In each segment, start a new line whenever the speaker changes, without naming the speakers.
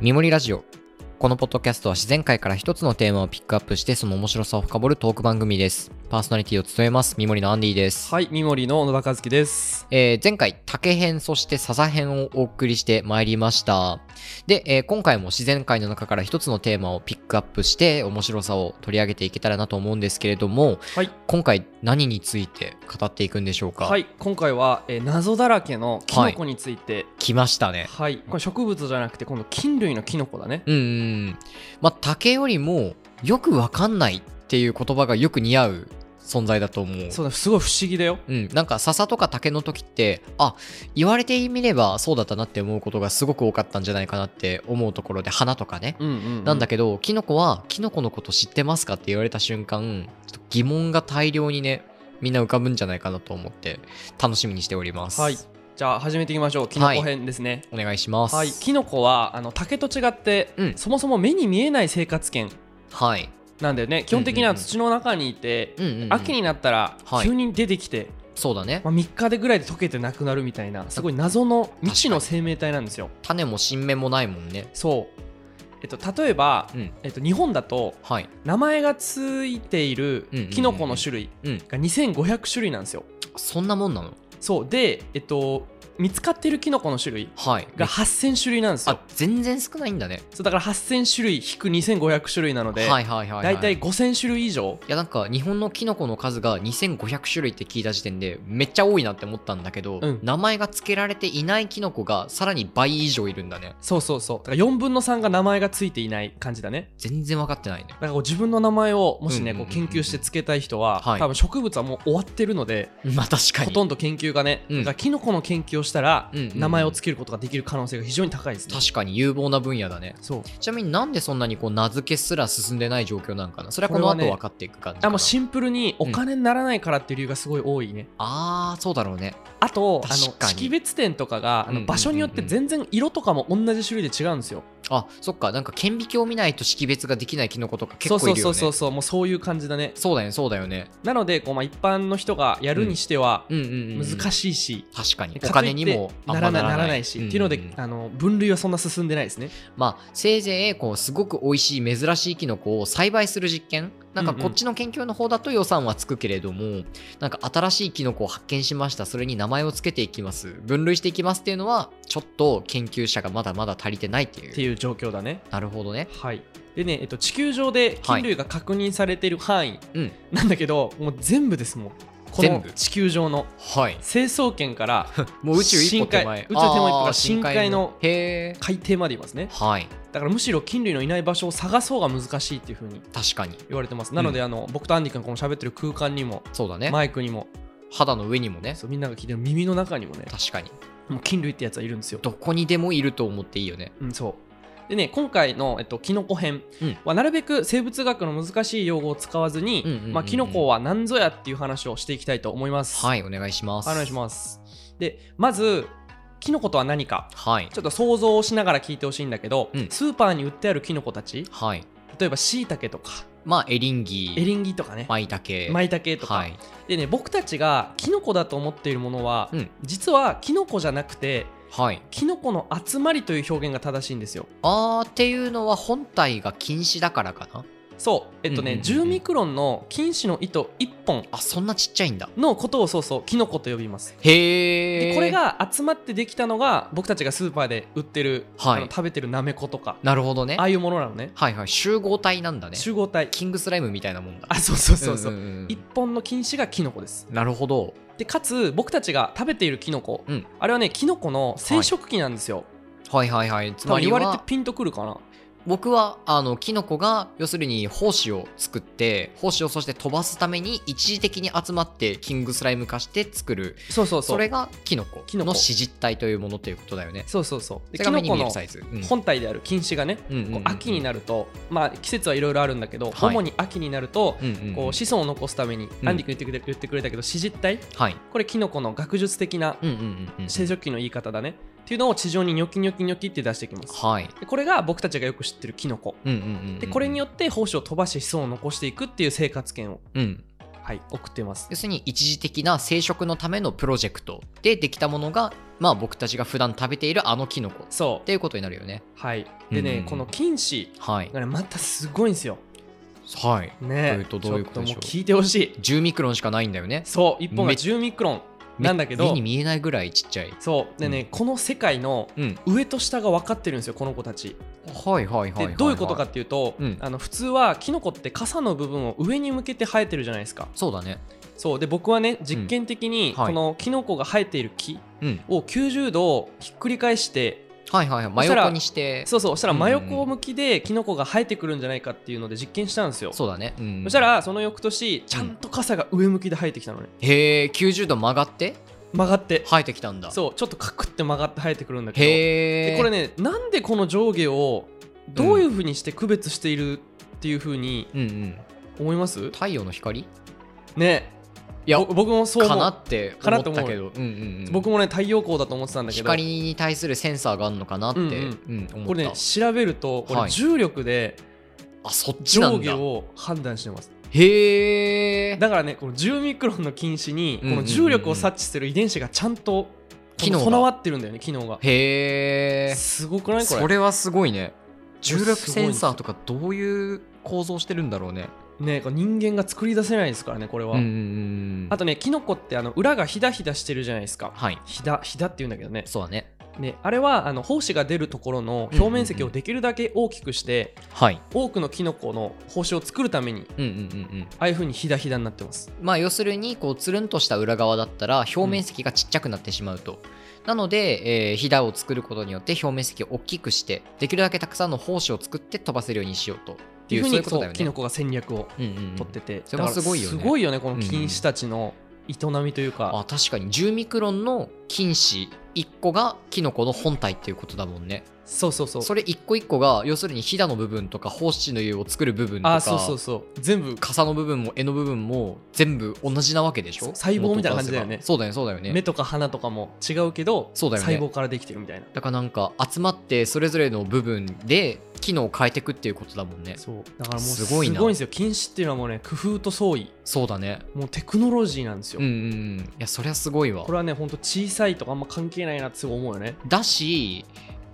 みもりラジオ。このポッドキャストは自然界から一つのテーマをピックアップしてその面白さを深掘るトーク番組です。パーソナリティを務めます、みもりのアンディです。
はい、三森の野田和樹です。
えー前回、竹編、そして笹編をお送りしてまいりました。で、えー今回も自然界の中から一つのテーマをピックアップして面白さを取り上げていけたらなと思うんですけれども、
はい
今回何について語っていくんでしょうか
はい、今回は、えー謎だらけのキノコについて、
来ましたね。
はい、これ植物じゃなくて、今度菌類のキノコだね。
うんうんうん。まあ、竹よりも、よくわかんないっていう言葉がよく似合う存在だと思う。
そうだ、すごい不思議だよ。
うん、なんか笹とか竹の時ってあ言われてみればそうだったなって思うことがすごく多かったんじゃないかなって思うところで花とかね、
うんうん、うん、
なんだけどキノコはキノコのこと知ってますかって言われた瞬間ちょっと疑問が大量にねみんな浮かぶんじゃないかなと思って楽しみにしております、
はい、じゃあ始めていきましょう。キノコ編ですね。
お願いします
はい、キノコはあの竹と違って、
うん
そもそも目に見えない生活圏
はい
なんだよね。基本的に
うん
は
うんうん
土の中にいて、
うんうんうん
秋になったら
はい
急に出てきて、
そうだね
まあ、3日でぐらいで溶けてなくなるみたいなすごい謎の未知の生命体なんですよ。
種も新芽もないもんね
そう、えっと、例えば、
うん
えっと、日本だと
はい
名前がついている
うんうんうん
キノコの種類
うん
が2500種類なんですよ。
そんなもんなの
そうで、えっと、見つかっているキノコの種類
はい
が8000種類なんですよ
あ。全然少ないんだね
そうだから8000種類引く2500種類なの
は
で、
いはいはい、はい、
だいたい5000種類以上。
いやなんか日本のキノコの数が2500種類って聞いた時点でめっちゃ多いなって思ったんだけど、
うん
名前が付けられていないキノコがさらに倍以上いるんだね
そうそうそうだから4分の3が名前がついていない感じだね
全然分かってないね
だからこう自分の名前をもしね
うんうん
こ
うん
う研究してつけたい人は、
はい
多分植物はもう終わってるので
まあ確かに
ほとんど研究がね、
うん
だからキノコの研究をしたら、
うんうんうん
名前をつけることができる可能性が非常に高いですね。
確かに有望な分野だね
そう
ちなみになんでそんなにこう名付けすら進んでない状況なんかなそれはこ
これ
の
は
後
ね
分かっていく感じかな
あもうシンプルにお金にならないからっていう理由がすごい多いね。
あーそうだろうね
あとあの
確かに
識別点とかがあ
うんうんうんうん
の場所によって全然色とかも同じ種類で違うんですよ。
あそっかなんか顕微鏡を見ないと識別ができないキノコとか結
そう
構
そ
いうるよね
そうそうそうもうそういう感じだね。
そうだよねそうだよね
なのでこう、まあ、一般の人がやるにしては
うんうんうん、
難
しい
しいし。
確かに
か
お
といって
金にもあんま
なら
な
ない
らな
ないらないし、っていうので
んんん
あの分類はそんな進んでないですね
まあ、せいぜいこうすごく美味しい珍しいキノコを栽培する実験なんか
うんうん
こっちの研究の方だと予算はつくけれども、なんか新しいキノコを発見しましたそれに名前をつけていきます分類していきますっていうのはちょっと研究者がまだまだ足りてないっていう
っていう状況だね
なるほどね
はい、でね、えっと、地球上で菌類が確認されている範囲
うん
なんだけど、もう全部ですもんこ
全
の
部
地球上の
はい
成層圏から
もう宇宙一歩手前
深海宇宙手前一歩
あー
から深海の
へえ
海底までいますね
はい
だからむしろ菌類のいない場所を探そうが難しいっていうふうに
確かに
言われてますなので、あの僕とアンディ君がこの喋ってる空間にも
そうだね
マイクにも
肌の上にもね
そうみんなが聞いてる耳の中にもね
確かに
もう菌類ってやつはいるんですよ
どこにでもいると思っていいよね
うん、そう。でね、今回の、えっと、キノコ編
うん
は、なるべく生物学の難しい用語を使わずに、
うんうんうんうん
まあ、キノコは何ぞやっていう話をしていきたいと思います。
はいお願いします
お願いします。で、まず、キノコとは何か、
はい
ちょっと想像をしながら聞いてほしいんだけど、
うん
スーパーに売ってあるキノコたち、
はい
例えばシイタケとか、
まあエリンギ
エリンギとかね、
舞茸
マイタケとか、
はい、
でね、僕たちがキノコだと思っているものは、
うん
実はキノコじゃなくて、
はい、
キノコの集まりという表現が正しいんですよ。
あーっていうのは本体が禁止だからかな
そう、えっとね、
うんうんうんう
10
ん
ミクロンの金糸の糸1本
あそんなちっちゃいんだ
のことをそうそうキノコと呼びます。
へえ
でこれが集まってできたのが僕たちがスーパーで売ってる、
はい
あの食べてるナメコとか
なるほどね
ああいうものなのね
はいはい集合体なんだね
集合体
キングスライムみたいなもんだ
あそうそうそうそう,、
んんん
1本の菌糸がキノコです
なるほど
でかつ僕たちが食べているキノコ、
うん
あれはねキノコの生殖器なんですよ、
はいはいはいつ
多
ま
分
り
言われて
は
ピンとくるかな
僕はあのキノコが要するに胞子を作って胞子をそして飛ばすために一時的に集まってキングスライム化して作る
そうそうそう
それがキノコ
キノコ
の子実体というものということだよね
そうそうそうで
それ
キ
が目に見える
ノコの
サイズ、
本体である菌糸がねこう秋に
る、
なると、まあ、季節はいろいろあるんだけど、
はい
主に秋になると、
うんうんうん
こう子孫を残すために、
うん
アンディ君言ってくれ言ってくれたけど子実体
はい
これキノコの学術的な
うんうんうんうん
生殖器の言い方だね、っていうのを地上にニョキニョキニョキって出してきます
はい。
でこれが僕たちがよく知ってるキノコ
うんうんうんうん
でこれによって胞子を飛ばして子孫を残していくっていう生活圏を
うん。
はい、送ってます
要。するに一時的な生殖のためのプロジェクトでできたものが、まあ、僕たちが普段食べているあのキノコっ
そう
ていうことになるよね。
はい、で
うん
ね、この菌糸
はい。
がね、またすごいんですよ。
はい。
ね
というとどういうことでし
ち
ょ
ょ
う
っともう聞いてほしい。
10ミクロンしかないんだよね。
そう、1本が
め
10ミクロン
め
なんだけ
目
ど
に、見えないぐらいちっちゃい。
そう、でね、
うん
この世界の
うん。
上と下が分かってるんですよ、この子たち。
はいはいはいは
で
い、はい。
どういうことかっていうと、
うん
あの普通はキノコって傘の部分を上に向けて生えてるじゃないですか
そうだね。
そうで僕はね実験的に
うんはい
このキノコが生えている木
うん。
を90度ひっくり返して
はいはいはい。真
そしたら
横にして。そ
そうそうそしたら
うんうん
真横向きでキノコが生えてくるんじゃないかっていうので実験したんですよ
うだね。うん。
そした、らその翌年ちゃんと傘が上向きで生えてきたのね
へえ、90度曲がって
曲がって
生えてきたんだ。
そうちょっとカクって曲がって生えてくるんだけど
へえ。
でこれねなんでこの上下をどういうふうにして区別しているっていうふうに
うんうん。
思います
太陽の光
ね
いや
ぼ僕もそう
か
思う
なって思ったけど。うんうんうん。
僕もね太陽光だと思ってたんだけど
光に対するセンサーがあるのかなって、
う
う
ん
ん思った
これね調べるとこ
は
れ
い
重力で
あそっちな
上
ん
下
だ
を判断してます、
へえ
だからねこの10ミクロンの菌糸
う
にこ
んうんうん
の重力を察知する遺伝子がちゃんとこの
機能が
備わってるんだよね機能が
へえ
すごくないこれ
それはすごいね重力センサー
こと
かどういう構造してるんだろうね
れねこれ人間が作り出せないですからねこれ
う
は、
んうんうん
あとねキノコってあの裏がひだひだしてるじゃないですか
はい
ひだひだって言うんだけどね
そうだね
ねあれはあの胞子が出るところの表面積をできるだけ大きくして、
はい
多くのキノコの胞子を作るために
うんうんうんうん
ああいう風にひだひだになってます
まあ要するにこうつるんとした裏側だったら表面積がちっちゃくなってしまうと、なので、えー、ひだを作ることによって表面積を大きくしてできるだけたくさんの胞子を作って飛ばせるようにしようと
って
い
い
う
うふう
そういう
に
こ
そ
と
う
だよ
キ
ね
ノコが戦略を
うんうんうん
取ってて、
それは
だから
すごいよね
すごいよねこの
うんうん
菌糸たちの営みというか、
あ確かに10ミクロンの菌糸1個がキノコの本体っていうことだもんね
そうそうそう
それ1個1個が要するにヒダの部分とか胞子の湯を作る部分とか
あそうそうそう全部
傘の部分も柄の部分も全部同じなわけでしょ
そう細胞みたいな感じだよね
元を出せばそうだよねそうだよね
目とか鼻とかも違うけど
そうだよね
細胞からできてるみたいな
だからなんか集まってそれぞれの部分で機能を変えていくっていうことだもんね
そうだからもう
す
す
ご
ご
い
い
なん
ですよ菌糸っていうのはもうね工夫と創意
そうだね
もうテクノロジーなんですよ、
うんうんうんいやそりゃすごいわ
これはねほんと小さいとかあんま関係ないなってすごい思うよね
だし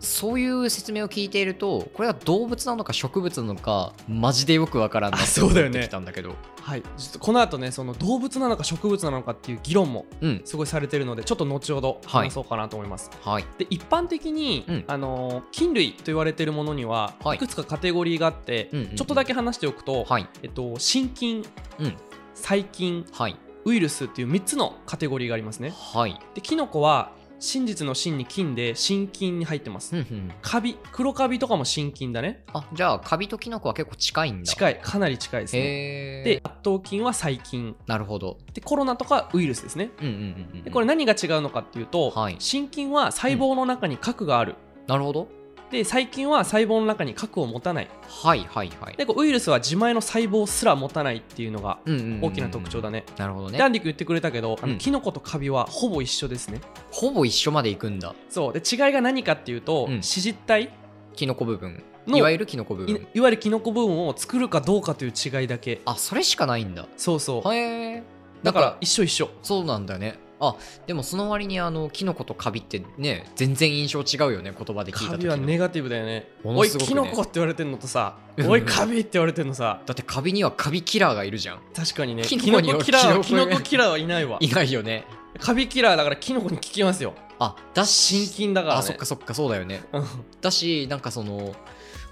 そういう説明を聞いているとこれは動物なのか植物なのかマジでよくわからんな
あ
って
そ
思っ
うだよ
て
ね
きたんだけど
はいちょっとこの後ねその動物なのか植物なのかっていう議論も
うん
すごいされてるのでちょっと後ほど
はい
話そうかなと思います、
はい
で一般的に、
うん
あのー菌類と言われてるものには、
はい
い、くつかカテゴリーがあって、
うんうんうん
ちょっとだけ話しておくと、
はい
えっと、真菌、
うん
細菌
はい
ウイルスっていう3つのカテゴリーがありますね
はい
でキノコは真実の真に菌で真菌に入ってます、
うんうん
カビ黒カビとかも真菌だね
あじゃあカビとキノコは結構近いんだい
近いかなり近いですね
へえ
で圧倒菌は細菌
なるほど
でコロナとかウイルスですね
うんうんうん、うん、
でこれ何が違うのかっていうと、
はい
真菌は細胞の中に核がある、
なるほど
で細菌は細胞の中に核を持たない
はいはいはい
でこうウイルスは自前の細胞すら持たないっていうのが
うんうんうんうん
大きな特徴だね、
なるほど
ダ
ね
ンディ君言ってくれたけど、あ
うん
のキノコとカビはほぼ一緒ですね
ほぼ一緒までいくんだ
そうで違いが何かっていうと、
うん
子実体
キノコ部分
の
いわゆるキノコ部
い
分
いわゆるキノコ部分を作るかどうかという違いだけ
あそれしかないんだ
そうそう、
へえ
だか
なん
ら一緒一緒
そうなんだねあでもその割にあのキノコとカビってね全然印象違うよね言葉で聞いた
カ
時
ビ
の
はネガティブだよね
もの
おい
すごくね
キノコって言われてんのとさ
うん
おいカビって言われてんのさ
だってカビにはカビキラーがいるじゃん
確かにね
キ
キ
ノコ
ノ
によ
コ
る
キラーは
キ
キ
ノ
ノ
コ
コキラーはいないわ
いないよね
カビキラーだからキノコに効きますよ
あだ
真
し
菌だから、ね、
あそっかそっかそうだよね
うん
だしなんかその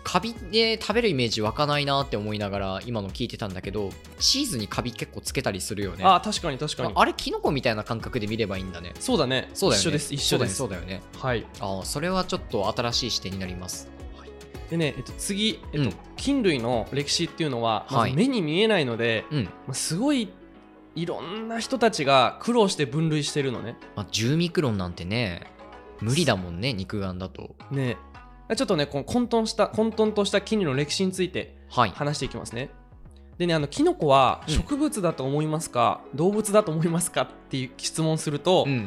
カビで食べるイメージ湧かないなって思いながら今の聞いてたんだけどチーズにカビ結構つけたりするよね
あ確かに確か
あ
に
あれキノコみたいな感覚で見ればいいんだね
そうだね
そうだよね
一緒です一緒です
そうだよね
はい
そうだよねあーそれはちょっと新しい視点になります
でね、えっと、次、えっと
うん
菌類の歴史っていうのは、まず
はい
目に見えないので、
うん、
まあ、すごいいろんな人たちが苦労して分類してるのね
まあ、10ミクロンなんてね無理だもんね肉眼だと
ねちょっとねこの混沌した混沌とした菌類の歴史について
はい
話していきますねでねあのキノコは
うん
植物だと思いますか、動物だと思いますかっていう質問すると、
うんうんうん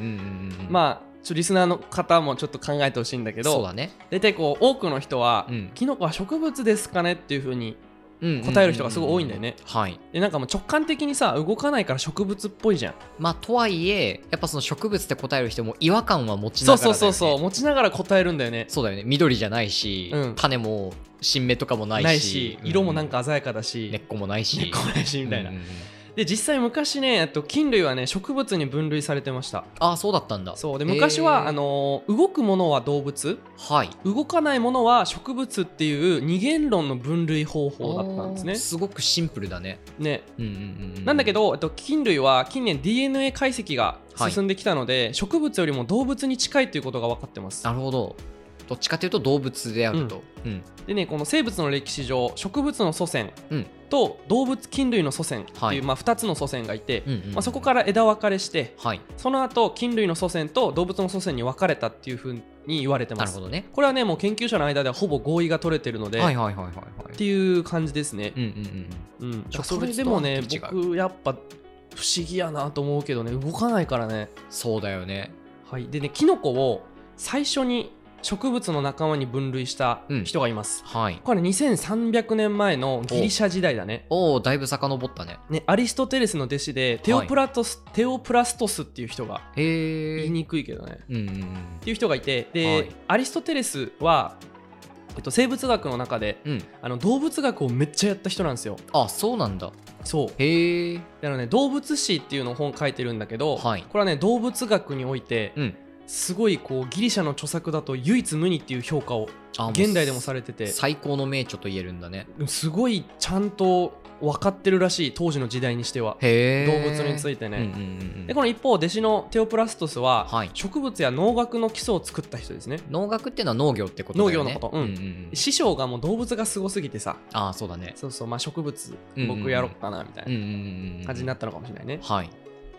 うんうん
まあちょリスナーの方もちょっと考えてほしいんだけ
そう
ど
だね
大体こう多くの人は、
うん
キノコは植物ですかねっていうふうに
うん
答える人がすごい多いんだよね。
はい。
でなんかもう直感的にさ動かないから植物っぽいじゃん。
まあ、とはいえ、やっぱその植物って答える人も違和感は持ちな
そ
がらだ
うそ
よ、
う
ね。
そうそう持ちながら答えるんだよね。
そうだよね緑じゃないし、
うん
種も新芽とかもないし
ないし
うん
色もなんか鮮やかだし、
根っこもないし
根っこもないしみたいな。
うんうんうん
で実際昔ねえっと菌類はね植物に分類されてました。
ああそうだったんだ
そうで昔は、
へー
あのー動くものは動物
はい
動かないものは植物っていう二元論の分類方法だったんで
あー
す
すごくシンプルだね
ね。ね
うんうんうんう
なんだけど、えっと、菌類は近年 DNA 解析が進んできたので、植物よりも動物に近いということが分かってます
なるほどどっちかというと動物であると、うん
でねこの生物の歴史上植物の祖先
うん
と動物菌類の祖先っていう、
はい
まあ、2つの祖先がいて、
うんうんうん
まあ、そこから枝分かれして
はい
その後菌類の祖先と動物の祖先に分かれたっていうふうに言われて
な
ま
る
す
ほどね
これはねもう研究者の間ではほぼ合意が取れてるので、
はい
っ
はいはいはいは
て
い
いう感じですね、
うんうんうん
うんだか
植
らそ
物とは
れでもね
本当に違う
僕やっぱ不思議やなと思うけどね動かないからね
そうだよね
はい、でねキノコを最初に植物の仲間に分類した人がいます、
はい
これね2300年前のギリシャ時代だね
おおだいぶ遡ったね
ねアリストテレスの弟子でテオプラトス、テオプラストスっていう人が
へえ
言いにくいけどね
うんうんうん
っていう人がいてで、
はい
アリストテレスは、えっと、生物学の中で
うん
あの動物学をめっちゃやった人なんですよ
あそうなんだ
そう
へえ
あのね動物史っていうのを本書いてるんだけど、
はい
これはね動物学において、
うん
すごいこうギリシャの著作だと唯一無二っていう評価を
あ
現代でもさ
れ
れてて
最高の名著と言えるんだね
すごいちゃんと分かってるらしい当時の時代にしては
へ
動
え
物につ
い
いて
て
ね、
うんうんうんうん、
でこの一方弟子のテオプラストスは、
はい
植物や農学の基礎を作った人ですね
農学っていうのは農業ってことだよね
農業のことうん
うんうん、
師匠がもう動物がすごすぎてさ
ああそうだね
そうそうまあ植物
うんうんうん
僕やろっかなみたい
うんう
なん
うんうん
感じになったのかもしれないね、
はい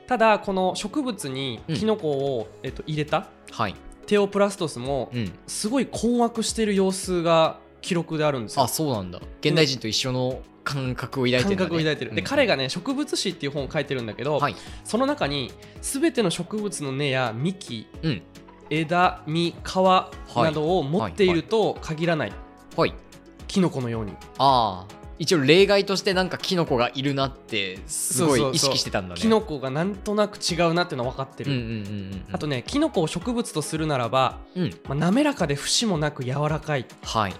ただこの植物に
うん
キノコを、えっと、入れた
はい
テオプラストスも
うん
すごい困惑してる様子が記録であるんですよ
あそうなんだ現代人と一緒の感覚を抱いてるんだね、
感覚を抱いてる、
う
で
ん
彼がね「植物史」っていう本を書いてるんだけど、
はい
その中に全ての植物の根や幹、
うん
枝実皮
い
などを持っていると限らない、
はい
キノコのように、
ああ一応例外としてなんかキノコがいるなってすご
そうそうそ
いう意識してたんだね
キノコがなんとなく違うなっていうのは分かって
う
る、
んうんうんうんうん
あとねキノコを植物とするならば、
うん
まあ、滑らかで節もなく柔らかい
はい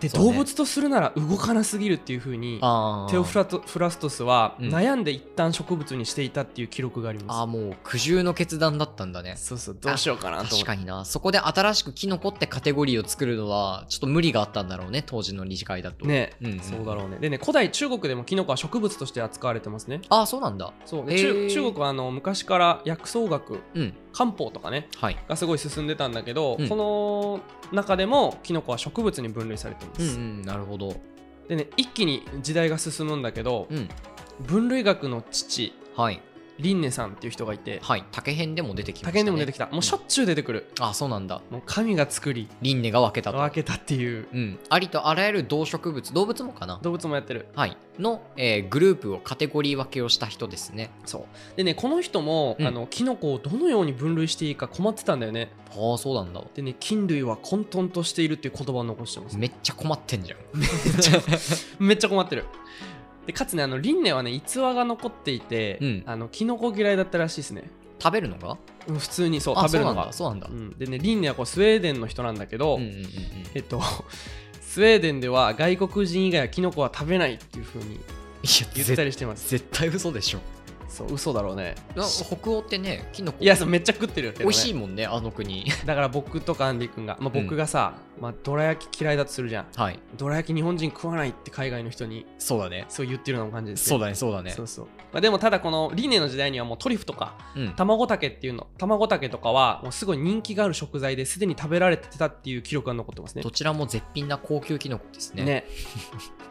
で、
そうね
動物とするなら動かなすぎるっていうふうに
ああ
テオフラトフラストスは
うん
悩んで一旦植物にしていたっていう記録があり
あ
ま
あもう苦渋の決断だったんだね
すそうそうどうしようかなと思って
確かになそこで新しくキノコってカテゴリーを作るのはちょっと無理があったんだろうね当時の理事会だと
ね、
うんうん
そうだろうねでね古代中国でもキノコは植物として扱われてますね
ああそうなんだ
そう
へ
で
ー
中中国はあの昔から薬草学
うん
漢方とかね
はい
がすごい進んでたんだけど、
うん
この中でもキノコは植物に分類されてま
うんう
す、
んなるほど
でね一気に時代が進むんだけど、
うん
分類学の父
はい
リンネさんっていう人がいて
はい竹編でも出てきました、ね、
竹にも出てきたもうしょっちゅう出てくる、
あそうなんだ
もう神が作り
輪廻が分けたと
分けたっていう
うんありとあらゆる動植物動物もかな
動物もやってる
はいの、えーグループをカテゴリー分けをした人ですね
そうでねこの人も、
うん
あのキノコをどのように分類していいか困ってたんだよね
ああそうなんだ
でね菌類は混沌としているっていう言葉を残してます
めっちゃ困ってんじゃん
めっちゃ困ってるでかつねあの輪廻はね逸話が残っていて、
うん
あのキノコ嫌いだったらしいですね
食べるのが
うん普通にそう
あ
食べるのが
そうなんだそううなんだ
ん、でね輪廻はこうスウェーデンの人なんだけど、
うんうんうんうん
えっとスウェーデンでは外国人以外はキノコは食べないっていう風に
い
言
や
った
絶
りしてます
絶対嘘でしょ
そう嘘だろうね
な北欧ってねキノコ
いやそうめっちゃ食ってるよ、ね、
美味しいもんねあの国
だから僕とかアンディ君が、まあ、僕がさ、まあ、どら焼き嫌いだとするじゃん
はい
どら焼き日本人食わないって海外の人に
そうだね
そう言ってるような感じです
そ
よ
うだねそうだね
そうそう、まあ、でもただこのリネの時代にはもうトリュフとか
うん
卵竹っていうの卵竹とかはもうすごい人気がある食材ですでに食べられてたっていう記録が残ってますね
どちらも絶品な高級キノコですね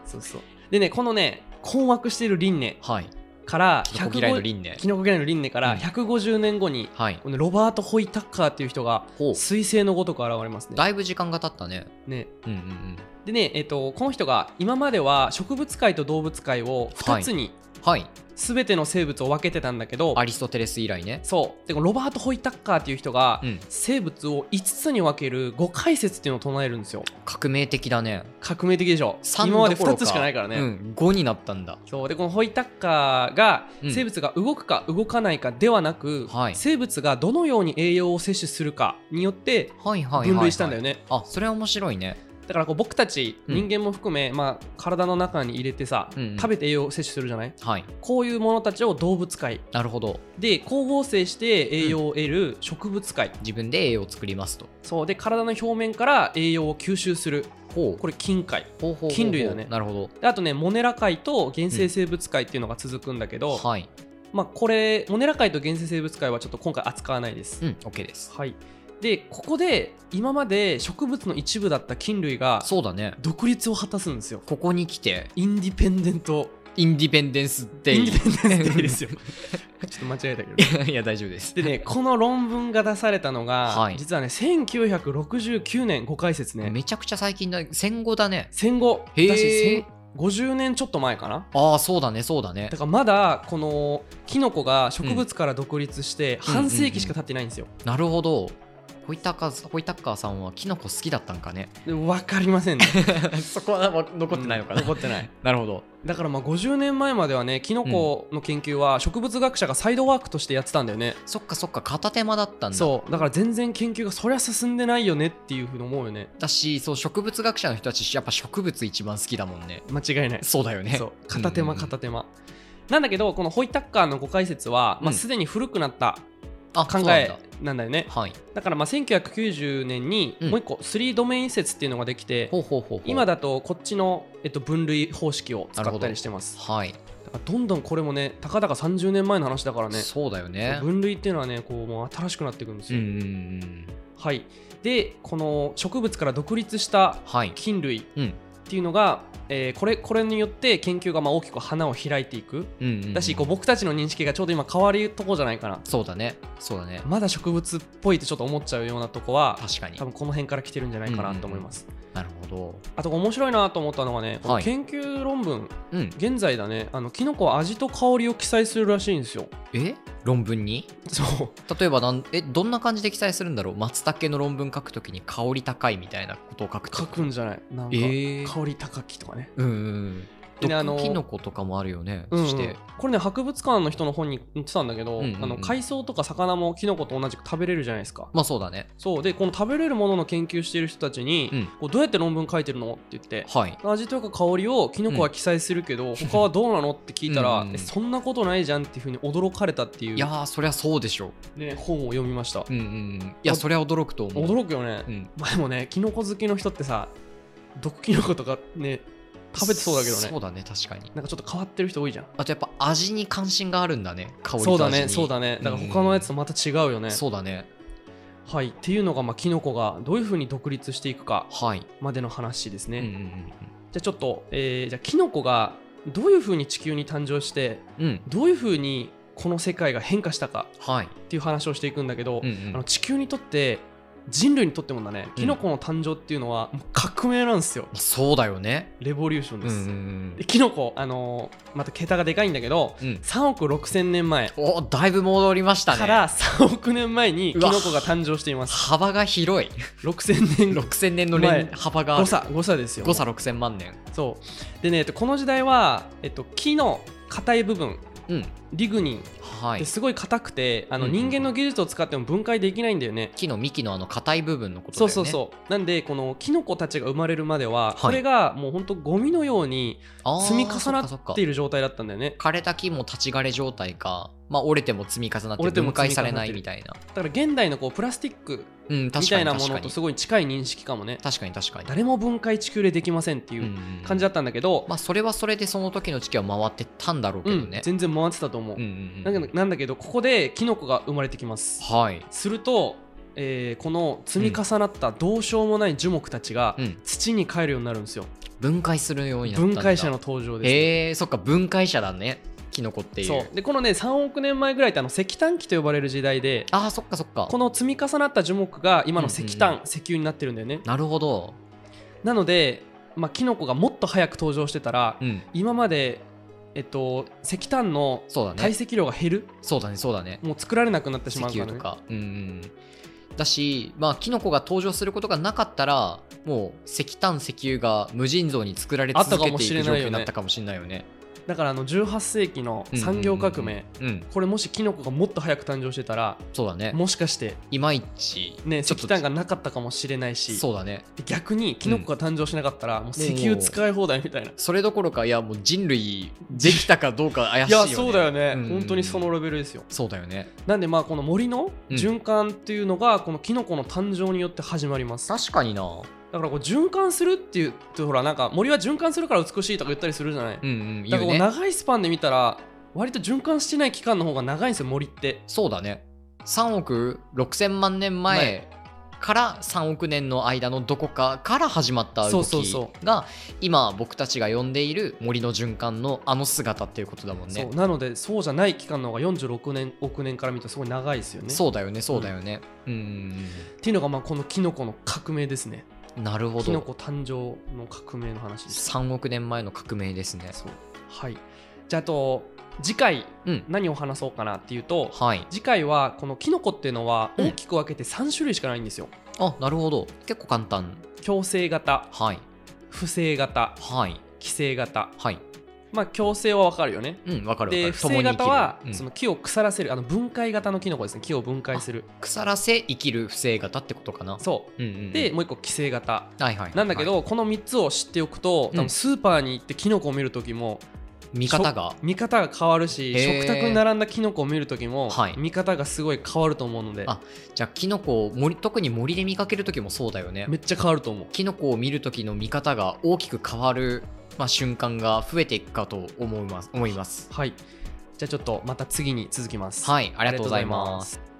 そうそうでねこのね困惑している輪廻
はい
から
キノコ嫌いの
150
輪廻
キノコ嫌いの輪廻から
うん
150年後に、
はい
このロバート・ホイ・タッカーっていう人が
ほう
彗星のごとく現れますね
だいぶ時間が経ったね
ね
うんうんうん
でね、えっとこの人が今までは植物界と動物界を2つに
はい。
全ての生物を分けてたんだけど
アリストテレス以来ね。
そうでこのロバート・ホイタッカーっていう人が、
うん
生物を5つに分ける5解説っていうのを唱えるんですよ
革命的だね。
革命的でしょ
3
今まで
どころ
2つしかないからね、
うん、5になったんだ。
そうでこのホイタッカーが
うん
生物が動くか動かないかではなく、
はい
生物がどのように栄養を摂取するかによって
はいはいはい、はい。
分類したんだよね、
あ、それは面白いね。
だからこう僕たち
うん
人間も含め、まあ、体の中に入れてさ、
うんうん
食べて栄養を摂取するじゃない
はい。
こういうものたちを動物界
なるほど。
で光合成して栄養を得る植物界、
自分で栄養を作りますと。
そうで体の表面から栄養を吸収する
ほ
これ菌界
う。ほうほうほうほう
菌類だね
なるほ
であとねモネラ界と原生生物界っていうのが続くんだけ
ど。
ど、
はい。
まあ、これモネラ界と原生生物界はちょっと今回扱わないで
う
す、
ん、OK です。
はいでここで今まで植物の一部だった菌類が
そうだね。
独立を果たすんですよ
ここに来て、
インディペンデント
インディペンデンスデイ。
インディペンデンスデイですよちょっと間違えたけど ね
いや、大丈夫です。
でねこの論文が出されたのが、
はい
実はね1969年5解説ね
めちゃくちゃ最近だ、戦後だね。
戦後
へー
だし50年ちょっと前かな
ああ、そうだね、そうだね
だ。からまだこのキノコが植物から独立して
うん
半世紀しか経ってないんですよ、
なるほど。ホイタカホイタッカーさんはキノコ好きだったんかね。
でも分かりませ んね
そこは残
うん残ってない
なるほど。
だからまあ50年前まではねキノコの研究は植物学者がサイドワークとしてやってたんだよね、
そっかそっか、片手間だったんだ。
そうだから全然研究がそりゃ進んでないよねっていうふうに思うよね
だし、そう、植物学者の人たち、やっぱ植物一番好きだもんね。
間違いない
そうだよね。
そう片手間
うんうんうん
片手間、なんだけどこのホイタッカーのご解説は、
う
まあ、
ん
すでに古くなった
あそ
考
うなん
え
だ
なんだよね、
はい。
だからまあ1990年に
うん
もう一個3ドメイン説っていうのができて、
ほうほうほうほう。
今だとこっちの、えっと、分類方式を使
なる
っ
ほ
た
ど
りしてます
はい、
だからどんどんこれもねたかだか30年前の話だからね
そうだよね。
分類っていうのはねこうもう新しくなっていくんです
うん
よ、
うんうん。
はいでこの植物から独立した
はい。
菌類っ
うん。
ていうのが、えーこれこれによって研究がまあ大きく花を開いていく
うんうん、うん。
だしこう僕たちの認識がちょうど今変わるとこじゃないかな
そうだね。そうだね。
まだ植物っぽいってちょっと思っちゃうようなとこは
確かに
多。分この辺から来てるんじゃないかなと思います、
なるほど。
あと面白いなと思ったのがねこの
はい
研究論文、
うん。
現在だねあのキノコは味と香りを記載するらしいんですよ
え論文に
そう
例えばなんえどんな感じで記載するんだろう松茸の論文書くときに香り高いみたいなことを書くってこ
書
と
くんじゃないなんか、
えー
香り高きとかね
うんうん
でねあ
うん
の
毒キノコとかもあるよね、
うんうん
そして
これね博物館の人の本に載ってたんだけど、
うんうんうん
あの海藻とか魚もキノコと同じく食べれるじゃないですか、
まあそうだね
そうでこの食べれるものの研究している人たちに、
うん
こうどうやって論文書いてるのって言って
はい
味というか香りをキノコは記載するけど、 他はどうなのって聞いたら
うんうん
えそんなことないじゃんっていうふうに驚かれたっていう
いやーそりゃそうでしょ
ね、本を読みました
う、う、んうんうん、いや
あ
そりゃ驚くと思う
驚くよね、
うん
前もねキノコ好きの人ってさ毒キノコとかね食べてそうだけど
そ
ね
うだね確かに
なんかちょっと変わってる人多いじゃん
あとやっぱ味に関心があるんだね香りと味
そう
に
だねそうだ
ね
ねだから
うん
他のやつとまた違うよね、
そうだね
はいっていうのがまあキノコがどういうふうに独立していくか
はい、
までの話ですね、
うんう
じ
ん
ゃあちょっと、えーじゃあキノコがどういうふうに地球に誕生して
うんうん
どういうふうにこの世界が変化したか
はい、
っていう話をしていくんだけど、
うんう
あ
ん
の地球にとって人類にとってもだねキノコの誕生っていうのはもう革命なんですよ
まあそうだよね
レボリューション
う
で
んう
す、
んうん
でキノコあのーまた桁がでかいんだけど
うん
3億6000年前
おだいぶ戻りましたね
から3億年前にキ
うわ
ノコが誕生しています
幅が広い
6000年
6000年の連
前
幅がある
誤差誤差ですよ
誤差6000万年
そうでねえっとこの時代は、えっと、木の硬い部分
うん
リグニン
は
っ
い
てすごい硬くて、あ
う
の
んうん
人間の技術を使っても分解できないんだよね
木の幹のあの硬い部分のことだ
そ
よ
う
ね
そうそうなんでこのキノコたちが生まれるまでは、
い
これがもうほんとゴミのように
あー
積み重な
そかそ
っ
か
ている状態だったんだよね
枯れた木も立ち枯れ状態か、まあ、折れても積み重なって
折れても
分解
積み
され
重なっ
な
て
い
る
みたいな。
だから現代のこうプラスチック
うん、
み
確
た
か
い
に
なも
確か
の
に
とすごい近い認識かもね
確かに確かに。
誰も分解地球でできませんっていう
うん
感じだったんだけど、
まあ、それはそれでその時の時期は回ってたんだろうけ
う
ど
ん
ね。
全然回ってたと思う、
うんうん
な
うん
んかなんだけどここでキノコが生まれてきます
はい。
すると、えーこの積み重なったどうしようもない樹木たちが
うん、
土に帰るようになるんですよ
分解するようになったん
分
だ
解者の登場ですね、
へえー、そっか、分解者だね。キノコっていう。
そうでこのね3億年前ぐらいってあの石炭紀と呼ばれる時代で
ああ、そっかそっか
こ。の積み重なった樹木が今の石炭、
うんうん
石油になってるんだよね
なるほど。
なので、まあ、キノコがもっと早く登場してたら、
うん。
今までえっと、石炭の
そうだね
堆積量が減る、
そうだねそうだね
もう作られなくなってし
石
まうから、
油
ね、
とか、うんうんだしまあキノコが登場することがなかったらもう石炭石油が無尽蔵に作られ
あっ
続
たか
け
も
てい
し
く
れ
状
ないよね
況になったかもしれないよね
だからあの18世紀の
うんうんうん
産業革命、
うん
これもしキノコがもっと早く誕生してたら
そうだね
もしかして、
いまいち
ね、
ちょっと
石炭がなかったかもしれないし
そうだね
逆にキノコが誕生しなかったら、もう石油使い放題みたいな。
それどころかいやもう人類できたかどうか怪し
い
いよ
や
ね
そうだよね、
うん
本当にそのレベルですよ
そうだよね
なんでまあこの森の
うん
循環っていうのがこのキノコの誕生によって始まります、
確かになうん
だからこう循環するっていうとほらなんか森は循環するから美しいとか言ったりするじゃない、
うん
だ
言
か
う
らこう
ね
長いスパンで見たら割と循環してない期間の方が長いんですよ森って
そうだね3億6000万年前から3億年の間のどこかから始まった動きが
そうそうそ
今僕たちが呼んでいる森の循環のあの姿っていうことだもんね
そうなのでそうじゃない期間の方が46年億年から見るとすごい長いですよね
そうだよねそうだよねうん
っていうのがまあこのキノコの革命ですね
うんなるほ
キノ
ど
コ誕生の革命の話です
3億年前の革命ですね
そうはいじゃああと次回
うん
何を話そうかなっていうと、
はい
次回はこのキノコっていうのは
うん
大きく分けて3種類しかないんですよ、
あなるほど結構簡単
共生型
はい
不正型
はい
寄生型
はい
まあ共生は分かるよね
うんわかるわかる
で不
共
正
に生き
型
る
は
うん
その木を腐らせるあの分解型のキノコですね木を分解する
腐らせ生きる不正型ってことかな
そ
うんうんうん
うでもう一個寄生型
はいはいはい
なんだけど、この3つを知っておくと
うん
多分スーパーに行ってキノコを見る時も
見方が
見方が変わるし
へー
食卓に並んだキノコを見る時も
はい
見方がすごい変わると思うので
あじゃあキノコを森特に森で見かける時もそうだよね
めっちゃ変わると思う
キノコを見る時の見方が大きく変わる、まあ、瞬間が増えていくかと思います思います
はいじゃあちょっとまた次に続きます
はいありがとうございます
す